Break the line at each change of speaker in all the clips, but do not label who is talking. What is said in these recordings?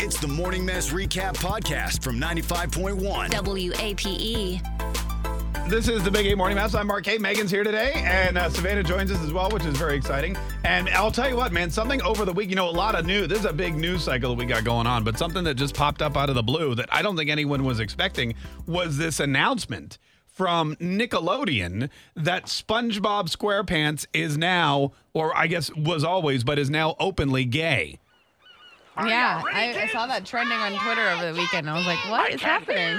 It's the Morning Mess Recap Podcast from 95.1.
E.
WAPE.
This is the Big Eight Morning Mouse. I'm Mark K. Megan's here today, and uh, Savannah joins us as well, which is very exciting. And I'll tell you what, man, something over the week, you know, a lot of new. This is a big news cycle that we got going on, but something that just popped up out of the blue that I don't think anyone was expecting was this announcement from Nickelodeon that SpongeBob SquarePants is now, or I guess was always, but is now openly gay.
Yeah, I, I saw that trending on Twitter over the weekend. I was like, what is happening?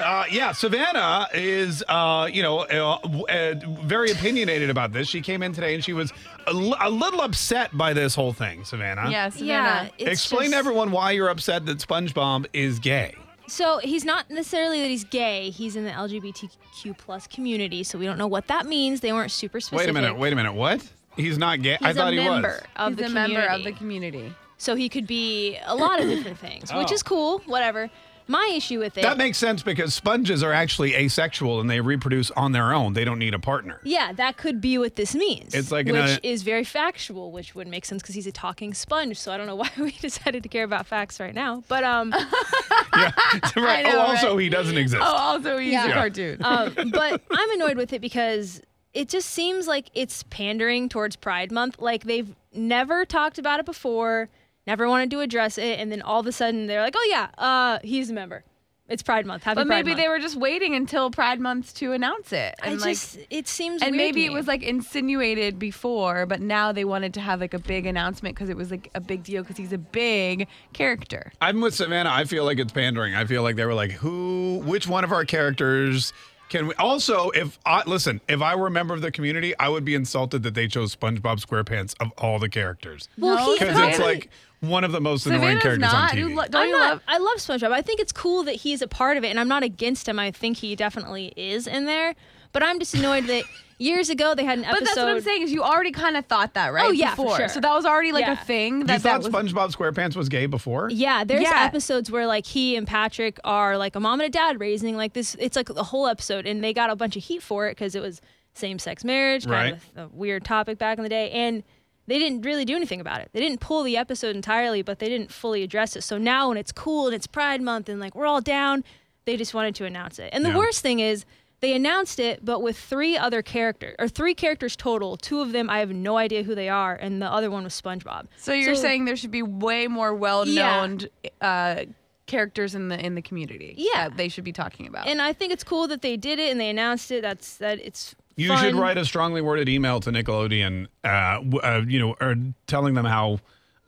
Uh, yeah, Savannah is, uh, you know, uh, w- uh, very opinionated about this. She came in today and she was a li- a little upset by this whole thing, Savannah.
Yeah,
Yeah.
Savannah.
it's
Explain
just-
to everyone why you're upset that SpongeBob is gay.
So he's not necessarily that he's gay. He's in the LGBTQ plus community, so we don't know what that means. They weren't super
Wait
specific.
a minute, wait a minute. What? He's not gay.
He's
I thought
a
he
member
was.
of
He's
the
a
community.
member of the community.
so he could be a lot of different things, which
Oh.
is cool. Whatever. My issue with it.
That makes sense because sponges are actually asexual and they reproduce on their own. They don't need a partner.
yeah, that could be what this means.
It's like
which
an, uh,
is very factual, which would make sense because he's a talking sponge. So I don't know why we decided to care about facts right now. But um,
right.
know,
oh, also, he doesn't exist.
Oh, also he's
Yeah.
a cartoon.
um, but I'm annoyed with it because it just seems like it's pandering towards Pride Month. Like they've never talked about it before, never wanted to address it, and then all of a sudden they're like, "Oh yeah, uh, he's a member. It's Pride Month. Happy
but
Pride
maybe
Month."
they were just waiting until Pride Month to announce it.
I
And like,
just it seems
and
weird to
maybe it
me.
was like insinuated before, but now they wanted to have like a big announcement because it was like a big deal because he's a big character.
I'm with Savannah. I feel like it's pandering. I feel like they were like, who, which one of our characters can we? Also, if I, listen, if I were a member of the community, I would be insulted that they chose SpongeBob SquarePants of all the characters.
well,
No,
he,
Because
Savannah-
it's like one of the most annoying
Savannah's
characters
not.
on
You
TV.
lo- don't
I'm
you
not,
love?
I love SpongeBob. I think it's cool that he's a part of it, and I'm not against him. I think he definitely is in there, but I'm just annoyed that years ago they had an
But
episode.
that's what I'm saying is you already kind of thought that, right?
Oh, yeah, for
before.
sure.
So that was already like
Yeah.
a thing
you
that
thought
that was
SpongeBob SquarePants was gay before?
Yeah, there's
Yeah.
episodes where like he and Patrick are like a mom and a dad raising like this. It's like a whole episode, and they got a bunch of heat for it because it was same sex marriage, kind of a, a weird topic back in the day, and they didn't really do anything about it. They didn't pull the episode entirely, but they didn't fully address it. So now, when it's cool and it's Pride Month and like we're all down, they just wanted to announce it. And the
Yeah.
worst thing is. They announced it, but with three other characters, or three characters total. Two of them, I have no idea who they are, and the other one was SpongeBob.
So you're
So-
saying there should be way more well-known uh, characters in the in the community.
Yeah.
that they should be talking about.
and I think it's cool that they did it and they announced it. That's that it's.
You
fun.
should write a strongly worded email to Nickelodeon, uh, w- uh, you know, or telling them how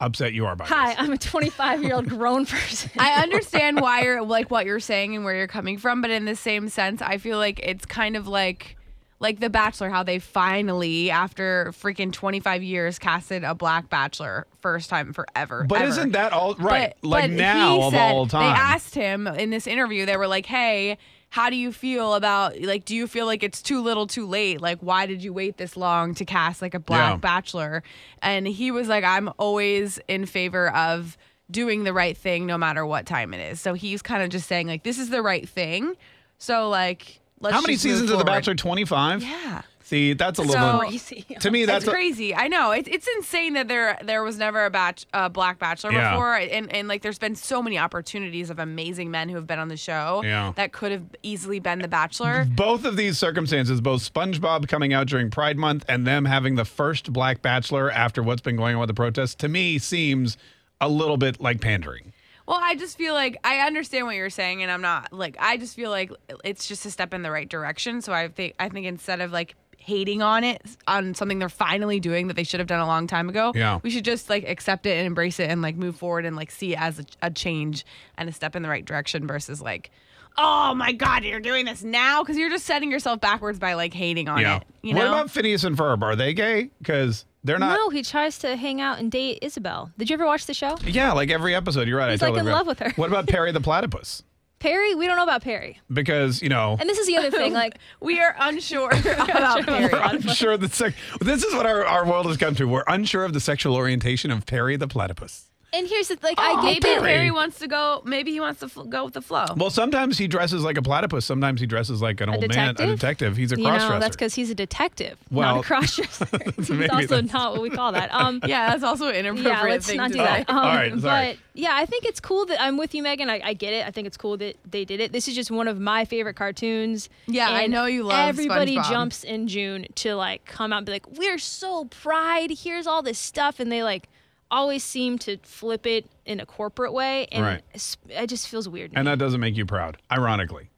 upset you are by
Hi,
this.
I'm a 25 year old grown person.
I understand why you're like what you're saying and where you're coming from, but in the same sense, I feel like it's kind of like like The Bachelor, how they finally, after freaking 25 years, casted a black bachelor first time forever.
But
ever.
isn't that all right?
But-
like
but
now
he
of
said-
all time.
They asked him in this interview, they were like, hey, how do you feel about like do you feel like it's too little too late like why did you wait this long to cast like a black
Yeah.
bachelor and he was like i'm always in favor of doing the right thing no matter what time it is so he's kind of just saying like this is the right thing so like let's
how many
just move
seasons of The
forward.
Bachelor? 25?
yeah
See, that's a little
So-
bit-
Crazy.
To me, that's
it's crazy. I know. It's it's insane that there there was never a batch a black bachelor
Yeah.
before, and and like there's been so many opportunities of amazing men who have been on the show
Yeah.
that could have easily been the bachelor.
A, both of these circumstances, both SpongeBob coming out during Pride Month and them having the first Black Bachelor after what's been going on with the protests, to me seems a little bit like pandering.
Well, I just feel like I understand what you're saying, and I'm not like I just feel like it's just a step in the right direction. So I think I think instead of like hating on it on something they're finally doing that they should have done a long time ago,
Yeah.
we should just like accept it and embrace it and like move forward and like see it as a, a change and a step in the right direction versus like. Oh my God! You're doing this now because you're just setting yourself backwards by like hating on it. You know?
What about Phineas and Ferb? Are they gay? Because They're not.
no, he tries to hang out and date Isabel. Did you ever watch the show?
Yeah, like every episode. You're right.
He's,
I
like,
totally
in
agree.
love with her.
What about Perry the Platypus?
Perry, we don't know about Perry.
Because you know,
And this is the other thing, like
We are unsure about Perry.
unsure of the sex. This is what our, our world has come to. We're unsure of the sexual orientation of Perry the Platypus.
and here's the like
Oh,
I
Maybe
gave
Perry.
it
wants to go. Maybe he wants to fl- go with the flow.
Well, sometimes he dresses like a platypus. Sometimes he dresses like an old Oh, man, a detective. He's a
you
cross
know, that's
dresser.
because he's a detective,
Well,
not a cross dresser. it's
maybe
also
that's-
not what we call that. Um,
yeah, that's also an inappropriate
yeah, let's
thing to
not do
say.
that. Um,
All right, sorry.
But yeah, I think it's cool that I'm with you, Megan. I, I get it. I think it's cool that they did it. This is just one of my favorite cartoons.
Yeah, I
and
know you love
Everybody
SpongeBob.
jumps in June to like come out and be like, "We're so pride. Here's all this stuff," and they like always seem to flip it in a corporate way, and
Right.
it's- it just feels weird. to
and
me.
that doesn't make you proud, ironically.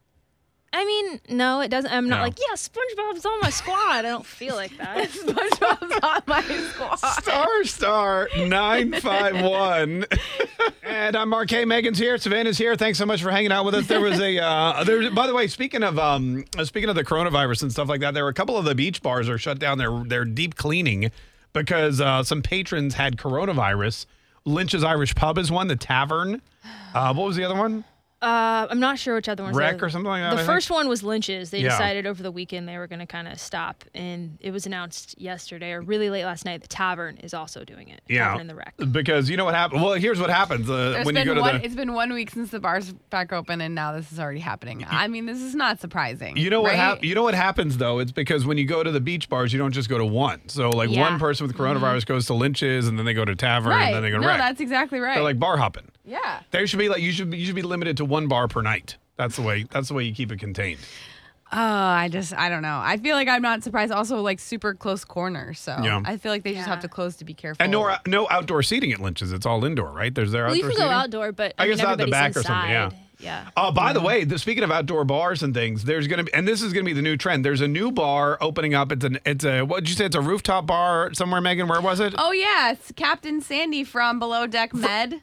I mean, no, it doesn't. I'm not
No.
like, yeah, SpongeBob's on my squad. I don't feel like that.
SpongeBob's on my squad.
Uh,
Star Star 951. and I'm Mark K. Megan's here. Savannah's here. Thanks so much for hanging out with us. There was a, uh, there, by the way, speaking of um, speaking of the coronavirus and stuff like that, there were a couple of the beach bars are shut down. They're, they're deep cleaning because uh, some patrons had coronavirus. Lynch's Irish Pub is one, the tavern. Uh, what was the other one?
Uh, I'm not sure which other ones.
Wreck
are.
or something like that, I
The
think.
first one was Lynch's. They
Yeah.
decided over the weekend they were going to kind of stop, and it was announced yesterday or really late last night. The Tavern is also doing it. Tavern and the Wreck.
Because you know what happened? Well, here's what happens uh,
There's
when you
been
go to
one,
the.
it's been one week since the bar's back open, and now this is already happening. I mean, this is not surprising.
You know what?
right?
hap- you know what happens though. It's because when you go to the beach bars, you don't just go to one. So like
Yeah.
one person with coronavirus goes to Lynch's, and then they go to Tavern,
Mm-hmm. right?
and then they go to
no,
Rec.
that's exactly right.
They're like bar hopping.
yeah.
There should be like you should be, you should be limited to one bar per night. That's the way. That's the way you keep it contained.
Oh, I just I don't know. I feel like I'm not surprised. Also, like super close corner, so
Yeah.
I feel like they just
Yeah.
have to close to be careful.
And no no outdoor seating at Lynch's. It's all indoor, right? There's there
Well, you
outdoor
can go
seating.
outdoor, but
I
I,
guess
mean,
out the
everybody's
back or
inside.
something, yeah.
Yeah.
Oh, by
Mm-hmm.
the way, the, speaking of outdoor bars and things, there's gonna be, and this is gonna be the new trend. There's a new bar opening up. It's an, it's a, what did you say? It's a rooftop bar somewhere, Megan. Where was it?
Oh yeah, it's Captain Sandy from Below Deck Med.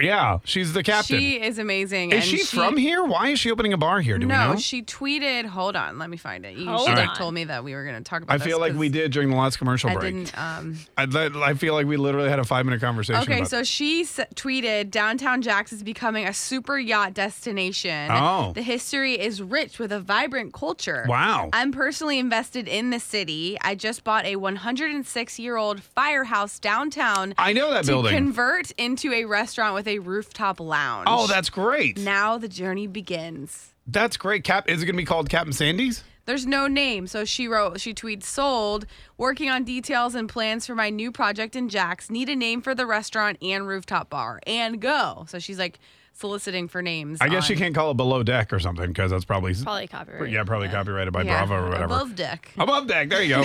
Yeah, she's the captain.
She is amazing.
Is
and
she, from here? Why is she opening a bar here? Do we
no,
know?
she tweeted. Hold on, let me find it. You
Hold
should have
on.
told me that we were going to talk about.
I
this
feel like
'cause
we did during the last commercial
I
break.
didn't. Um,
I, let- I feel like we literally had a five minute conversation.
okay,
about
so she s- tweeted, "Downtown Jax is becoming a super yacht destination.
Oh.
the history is rich with a vibrant culture.
Wow.
I'm personally invested in the city. I just bought a 106 year old firehouse downtown.
I know that
to
building.
Convert into a restaurant with a rooftop lounge.
oh, that's great.
now the journey begins."
That's great. Cap, is it going to be called Captain Sandy's?
There's no name. So she wrote, she tweets, sold, working on details and plans for my new project in Jack's. Need a name for the restaurant and rooftop bar and go. So she's like soliciting for names.
I guess she
on-
can't call it Below Deck or something because that's probably,
Probably copyright.
yeah, probably copyrighted by
Yeah,
Bravo or whatever.
Above deck.
Above deck. There you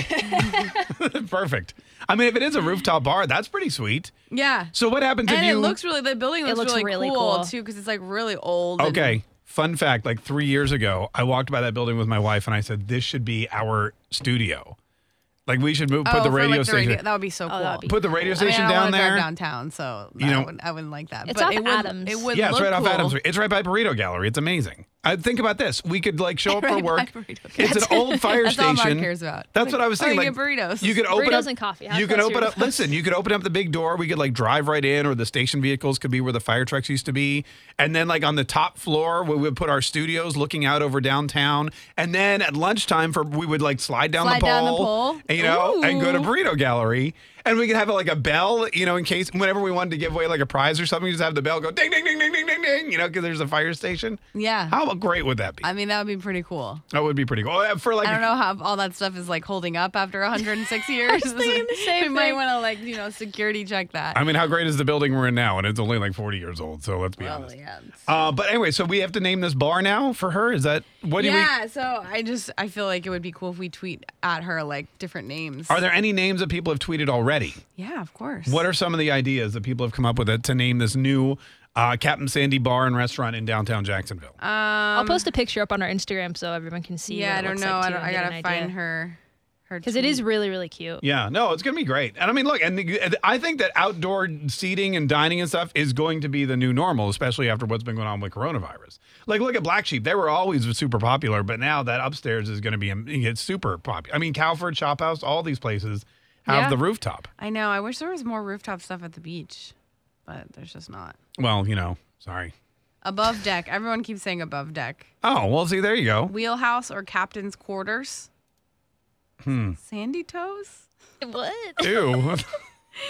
go. Perfect. I mean, if it is a rooftop bar, that's pretty sweet.
Yeah.
So what happens
and
if you?
it looks really, the building looks,
looks
really,
really
cool,
cool.
too, because it's like really old. and-
Okay. Fun fact like three years ago, I walked by that building with my wife and I said, this should be our studio. Like, we should move, put
Oh,
the
for, like,
radio station.
that would be so cool.
that would be
Put the radio
I mean,
station
I don't
down
wanna drive
there.
downtown, so
You
I,
know-
wouldn't, I wouldn't like that.
It's
but
off
it would,
Adams.
It would
Yeah, it's
look
right
cool.
off Adams. It's right by Burrito Gallery. It's amazing. I think about this. We could like show up for
Right by
work.
Burrito
It's an old fire
That's all
station.
Mark cares about.
That's what I was
Or you
thinking. like,
get burritos.
You could open
Burritos
up,
and coffee. How
You could
close
open
your
up. Listen, you could open up the big door. We could like drive right in, or the station vehicles could be where the fire trucks used to be. And then like on the top floor, we would put our studios, looking out over downtown. And then at lunchtime, for we would like slide down the
Slide down the
pole,
pole.
and, you know, and go to
Ooh.
burrito gallery and we could have like a bell you know in case whenever we wanted to give away like a prize or something just have the bell go ding ding ding ding ding ding ding you know because there's a fire station
Yeah.
how great would that be
I mean, that would be pretty cool.
that would be pretty cool Uh, for like
I don't know how all that stuff is like holding up after 106 years.
thinking the same
we might
thing.
want to like you know security check that.
I mean how great is the building we're in now and it's only like 40 years old so let's be
well,
honest
yeah.
uh, but anyway so we have to name this bar now for her is that what do
yeah. So I just I feel like it would be cool if we tweet at her like different names.
we are there any names that people have tweeted already
yeah, of course.
what are some of the ideas that people have come up with that- to name this new uh, Captain Sandy bar and restaurant in downtown Jacksonville
I'll post a picture up on our Instagram so everyone can see.
Um, yeah, I
what it
don't
looks
know.
Like
I,
too
don't,
and
I
get
gotta
an
find
idea.
her. Her
because it
tweet.
is really really cute.
Yeah, no, it's gonna be great. And I mean, look, and the, I think that outdoor seating and dining and stuff is going to be the new normal, especially after what's been going on with coronavirus. Like, look at Black Sheep; they were always super um, popular, but now that upstairs is going to be it's super popular. I mean, Cowford Shop House, all these places. have
Yeah.
the rooftop.
I know. I wish there was more rooftop stuff at the beach, but there's just not.
Well, you know, sorry.
Above deck. Everyone keeps saying above deck.
Oh, well, see, there you go.
Wheelhouse or captain's quarters.
Hmm.
Sandy toes?
What?
Ew.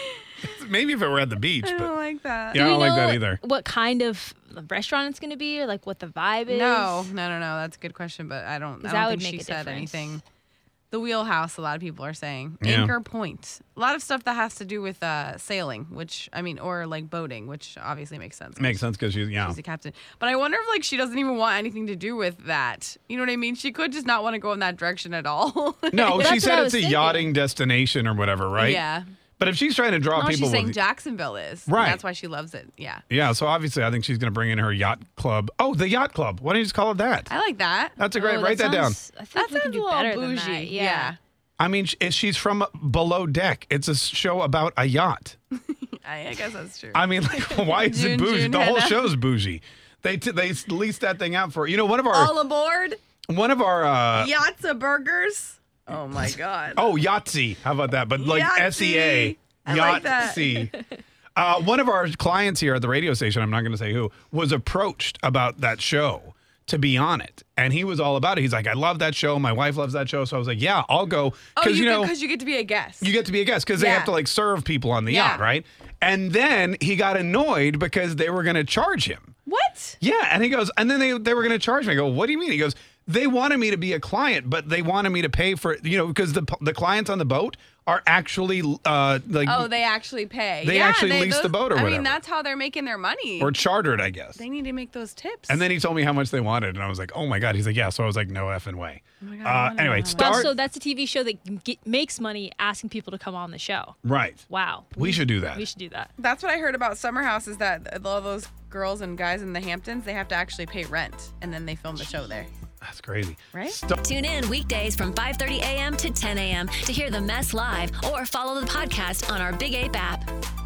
Maybe if it were at the beach,
I don't
but
like that.
yeah, I
Do
don't
we
like that
know
either.
What kind of restaurant it's going to be, or like what the vibe is?
No, no, no, no. That's a good question, but I don't. I
that
don't think
would
she
make a
said
difference.
anything. The wheelhouse. A lot of people are saying
Yeah.
anchor point. A lot of stuff that has to do with uh, sailing, which I mean, or like boating, which obviously makes sense. 'cause
Makes sense because you, yeah.
She's a captain, but I wonder if like she doesn't even want anything to do with that. You know what I mean? She could just not want to go in that direction at all.
No, she
That's what
said
I
it's
was
a
thinking.
yachting destination or whatever, right?
Yeah.
But if she's trying to draw
No,
people
she's saying
with,
Jacksonville is.
Right.
That's why she loves it. Yeah.
yeah, so obviously I think she's going to bring in her yacht club. Oh, the yacht club. Why don't you just call it that?
I like that.
That's a great.
Oh,
write that, down.
sounds- I think
that
we can
sounds a
do
little
better than
bougie.
that.
yeah.
I mean, sh- eh, she's from below deck. It's a show about a yacht.
I, I guess that's true.
I mean, like, why is it
June,
bougie?
June,
the whole
Hannah.
show's bougie. They t- they leased that thing out for you know one of our
all aboard.
one of our uh,
Yachts of burgers. Oh my god.
oh Yahtzee. How about that? But like
Yahtzee.
S E A
I like that.
Uh, one of our clients here at the radio station, I'm not going to say who, was approached about that show to be on it, and he was all about it. He's like, "I love that show. My wife loves that show." So I was like, "Yeah, I'll go."
Oh, you
know,
because you get to be a guest.
you get to be a guest because they
Yeah.
have to like serve people on the
Yeah.
yacht, right? And then he got annoyed because they were going to charge him.
what?
Yeah, and he goes, and then they they were going to charge me. I go, what do you mean? He goes, they wanted me to be a client, but they wanted me to pay for you know because the the clients on the boat are actually uh like
Oh, they actually pay.
They
yeah,
actually lease the boat or
I
whatever.
mean, that's how they're making their money.
or chartered, I guess.
they need to make those tips.
And then he told me how much they wanted, and I was like, oh my god. He's like, yeah. So I was like, no effing way.
Oh God, I
uh,
wanna
anyway,
know how
Wow,
start
so that's a TV show that g makes money asking people to come on the show.
right.
Wow.
We should do that.
We should do that.
that's what I heard about Summer House is that all those girls and guys in the Hamptons they have to actually pay rent, and then they film the show there.
That's crazy.
Right?
Start-
Tune in weekdays from 5:30 a.m. to 10 a.m. to hear the mess live or follow the podcast on our Big Ape app.